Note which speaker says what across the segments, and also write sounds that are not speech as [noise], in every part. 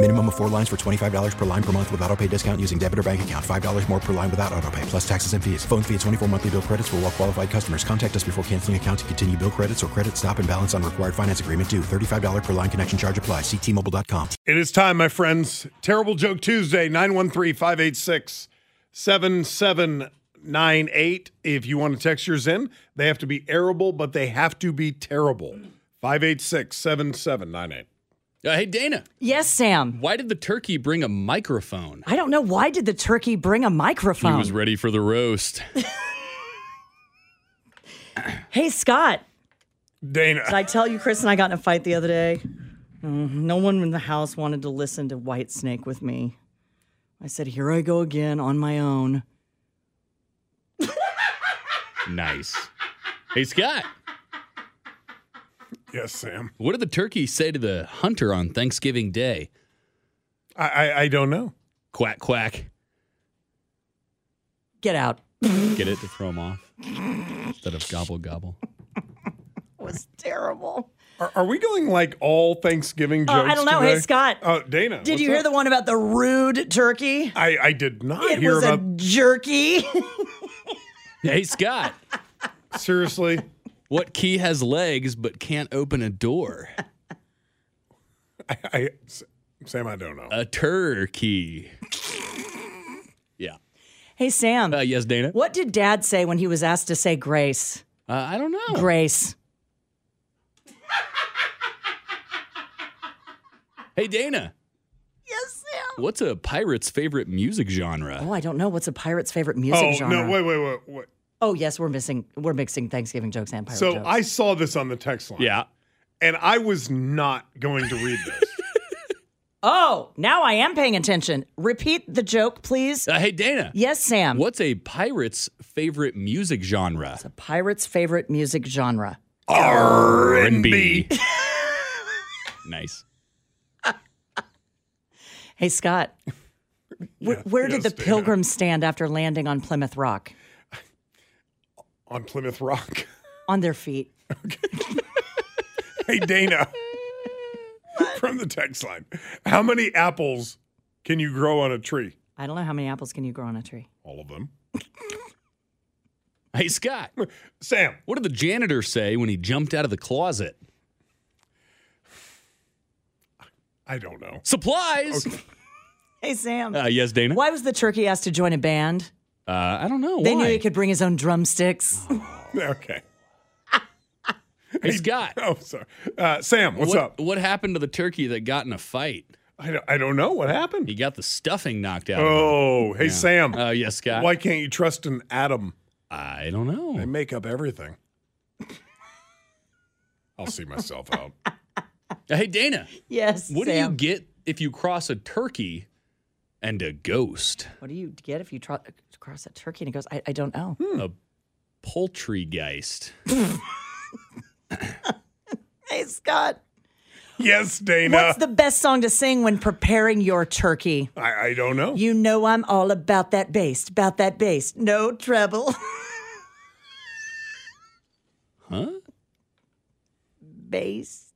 Speaker 1: Minimum of four lines for $25 per line per month with auto pay discount using debit or bank account. $5 more per line without auto pay, plus taxes and fees. Phone fee at 24 monthly bill credits for all well qualified customers. Contact us before canceling account to continue bill credits or credit stop and balance on required finance agreement due. $35 per line connection charge apply. Ctmobile.com.
Speaker 2: It is time, my friends. Terrible Joke Tuesday, 913-586-7798. If you want to text yours in, they have to be arable, but they have to be terrible. 586-7798.
Speaker 3: Uh, hey, Dana.
Speaker 4: Yes, Sam.
Speaker 3: Why did the turkey bring a microphone?
Speaker 4: I don't know. Why did the turkey bring a microphone?
Speaker 3: He was ready for the roast. [laughs]
Speaker 4: hey, Scott.
Speaker 2: Dana.
Speaker 4: Did I tell you Chris and I got in a fight the other day? Mm-hmm. No one in the house wanted to listen to White Snake with me. I said, "Here I go again on my own."
Speaker 3: nice. Hey, Scott.
Speaker 2: Yes, Sam.
Speaker 3: What did the turkey say to the hunter on Thanksgiving Day?
Speaker 2: I I, I don't know.
Speaker 3: Quack quack.
Speaker 4: Get out.
Speaker 3: Get it to throw him off instead of gobble gobble.
Speaker 4: was terrible.
Speaker 2: Are, are, we going like all Thanksgiving jokes?
Speaker 4: Uh, I don't know.
Speaker 2: Today?
Speaker 4: Hey, Scott.
Speaker 2: Oh, uh, Dana.
Speaker 4: Did you hear
Speaker 2: up?
Speaker 4: the one about the rude turkey?
Speaker 2: I, I did not
Speaker 4: it
Speaker 2: hear
Speaker 4: was
Speaker 2: about
Speaker 4: a jerky. [laughs]
Speaker 3: hey, Scott.
Speaker 2: Seriously. [laughs]
Speaker 3: What key has legs but can't open a door?
Speaker 2: I, I, Sam, I don't know.
Speaker 3: A turkey. yeah.
Speaker 4: Hey, Sam.
Speaker 3: Uh, yes, Dana.
Speaker 4: What did Dad say when he was asked to say grace?
Speaker 3: Uh, I don't know.
Speaker 4: Grace.
Speaker 3: hey, Dana.
Speaker 4: Yes, Sam.
Speaker 3: What's a pirate's favorite music genre?
Speaker 4: Oh, I don't know. What's a pirate's favorite music
Speaker 2: oh,
Speaker 4: genre?
Speaker 2: Oh no! Wait, wait, wait, wait.
Speaker 4: Oh yes, we're missing we're mixing Thanksgiving jokes and pirate
Speaker 2: so
Speaker 4: jokes.
Speaker 2: I saw this on the text line.
Speaker 3: Yeah.
Speaker 2: And I was not going to read this.
Speaker 4: oh, now I am paying attention. Repeat the joke, please.
Speaker 3: Uh, hey Dana.
Speaker 4: Yes, Sam.
Speaker 3: What's a pirate's favorite music genre?
Speaker 4: It's a pirate's favorite music genre.
Speaker 3: R&B. [laughs] nice. [laughs]
Speaker 4: Hey Scott. Where,
Speaker 2: Yeah,
Speaker 4: where did
Speaker 2: yes,
Speaker 4: the
Speaker 2: Dana.
Speaker 4: pilgrims stand after landing on Plymouth Rock?
Speaker 2: on Plymouth Rock. [laughs]
Speaker 4: On their feet.
Speaker 2: hey Dana. From the text line. How many apples can you grow on a tree?
Speaker 4: I don't know how many apples can you grow on a tree.
Speaker 2: All of them. [laughs]
Speaker 3: Hey Scott.
Speaker 2: Sam.
Speaker 3: What did the janitor say when he jumped out of the closet?
Speaker 2: I don't know. [laughs]
Speaker 3: Supplies.
Speaker 4: Hey Sam.
Speaker 3: Uh, yes, Dana.
Speaker 4: Why was the turkey asked to join a band?
Speaker 3: Uh, I don't know.
Speaker 4: They
Speaker 3: Why?
Speaker 4: knew he could bring his
Speaker 3: [laughs]
Speaker 4: own drumsticks.
Speaker 2: Okay.
Speaker 3: Hey, Scott.
Speaker 4: [laughs]
Speaker 2: Oh, sorry. Uh, Sam, what's
Speaker 3: what,
Speaker 2: up?
Speaker 3: What happened to the turkey that got in a fight?
Speaker 2: I don't, I don't know what
Speaker 3: He
Speaker 2: happened.
Speaker 3: got the stuffing knocked out. of him.
Speaker 2: Oh, hey Sam.
Speaker 3: Uh, yes, Scott. Oh.
Speaker 2: Why can't you trust an atom?
Speaker 3: I don't
Speaker 2: They
Speaker 3: know.
Speaker 2: make up everything. [laughs] I'll see myself
Speaker 3: [laughs]
Speaker 2: out.
Speaker 3: Hey, Dana.
Speaker 4: yes.
Speaker 3: What
Speaker 4: Sam.
Speaker 3: do you get if you cross a turkey and a ghost?
Speaker 4: What do you get if you tro- cross a turkey? And he goes, I, I don't know.
Speaker 3: A poultrygeist.
Speaker 4: Hey, Scott.
Speaker 2: Yes, Dana.
Speaker 4: What's the best song to sing when preparing your turkey?
Speaker 2: I, I don't know.
Speaker 4: You know I'm all about that bass, about that bass. No treble. [laughs]
Speaker 3: Huh?
Speaker 4: bass.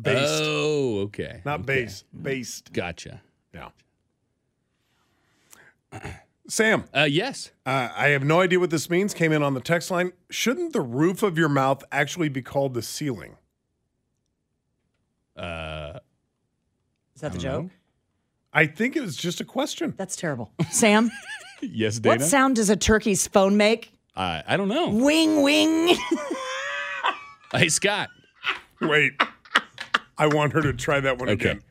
Speaker 2: based.
Speaker 3: Oh, okay.
Speaker 2: Not
Speaker 3: okay.
Speaker 2: based. Based.
Speaker 3: Gotcha.
Speaker 2: Yeah. Sam,
Speaker 3: Uh, yes.
Speaker 2: uh, I have no idea what this means. Came in on the text line. Shouldn't the roof of your mouth actually be called the ceiling?
Speaker 3: Uh,
Speaker 4: Is that the
Speaker 3: I don't
Speaker 4: joke?
Speaker 3: know.
Speaker 2: I think it was just a question.
Speaker 3: [laughs]
Speaker 4: That's terrible. Sam,
Speaker 3: yes, Dana.
Speaker 4: what sound does a turkey's phone make?
Speaker 3: Uh, I don't know.
Speaker 4: Wing, wing. [laughs]
Speaker 3: Hey, Scott.
Speaker 2: Wait. I want her to try that one
Speaker 3: Okay.
Speaker 2: again.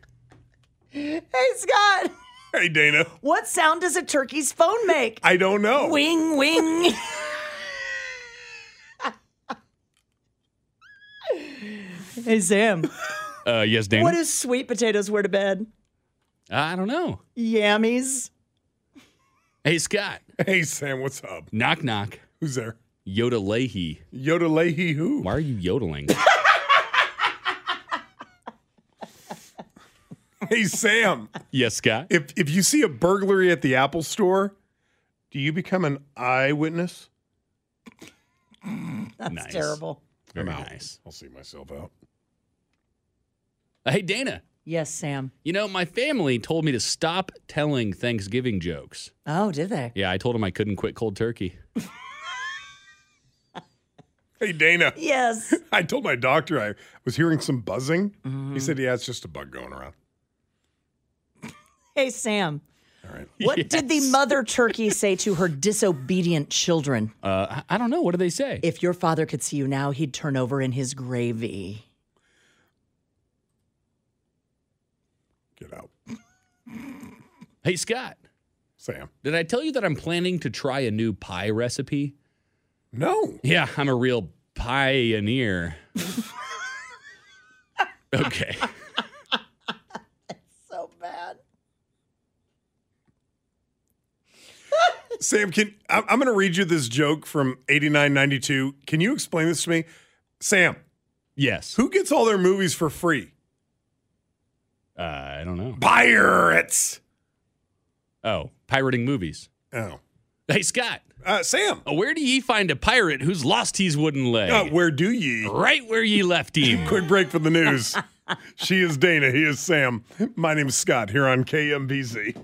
Speaker 4: hey, Scott.
Speaker 2: Hey, Dana.
Speaker 4: What sound does a turkey's phone make?
Speaker 3: [laughs]
Speaker 2: I don't know.
Speaker 4: Wing, wing. [laughs] hey, Sam.
Speaker 3: Uh, yes, Dana.
Speaker 4: What do sweet potatoes wear to bed?
Speaker 3: I don't know.
Speaker 4: Yammies.
Speaker 3: Hey, Scott.
Speaker 2: Hey, Sam, what's up?
Speaker 3: Knock, knock.
Speaker 2: Who's there?
Speaker 3: Yoda Leahy.
Speaker 2: Yoda Leahy who?
Speaker 3: Why are you yodeling? [laughs]
Speaker 2: Hey, Sam.
Speaker 3: yes, Scott.
Speaker 2: If, if you see a burglary at the Apple store, do you become an eyewitness?
Speaker 4: That's
Speaker 3: Nice.
Speaker 4: terrible.
Speaker 3: Very
Speaker 2: I'm out.
Speaker 3: nice.
Speaker 2: I'll see myself out.
Speaker 3: Uh, hey, Dana.
Speaker 4: Yes, Sam.
Speaker 3: You know, my family told me to stop telling Thanksgiving jokes.
Speaker 4: Oh, did they?
Speaker 3: Yeah, I told them I couldn't quit cold turkey.
Speaker 2: Hey, Dana.
Speaker 4: Yes. [laughs]
Speaker 2: I told my doctor I was hearing some buzzing. He said, yeah, it's just a bug going around.
Speaker 4: Hey, Sam.
Speaker 2: All right.
Speaker 4: What did the mother turkey say to her disobedient children?
Speaker 3: Uh, I I don't know. What do they say?
Speaker 4: If your father could see you now, he'd turn over in his gravy.
Speaker 2: Get out.
Speaker 3: hey, Scott.
Speaker 2: Sam.
Speaker 3: Did I tell you that I'm planning to try a new pie recipe?
Speaker 2: No.
Speaker 3: Yeah, I'm a real pioneer. [laughs] okay.
Speaker 4: So bad.
Speaker 2: Sam, can I'm, I'm going to read you this joke from 8992. Can you explain this to me? Sam,
Speaker 3: Yes.
Speaker 2: who gets all their movies for free?
Speaker 3: Uh, I don't know.
Speaker 2: Pirates.
Speaker 3: Oh, pirating movies.
Speaker 2: Oh.
Speaker 3: Hey, Scott.
Speaker 2: Uh, Sam,
Speaker 3: uh, Where do ye find a pirate who's lost his wooden leg?
Speaker 2: uh, where do ye?
Speaker 3: right where ye
Speaker 2: [laughs]
Speaker 3: left him.
Speaker 2: Quick break for the news. she is Dana. He is Sam. My name's Scott here on KMBZ.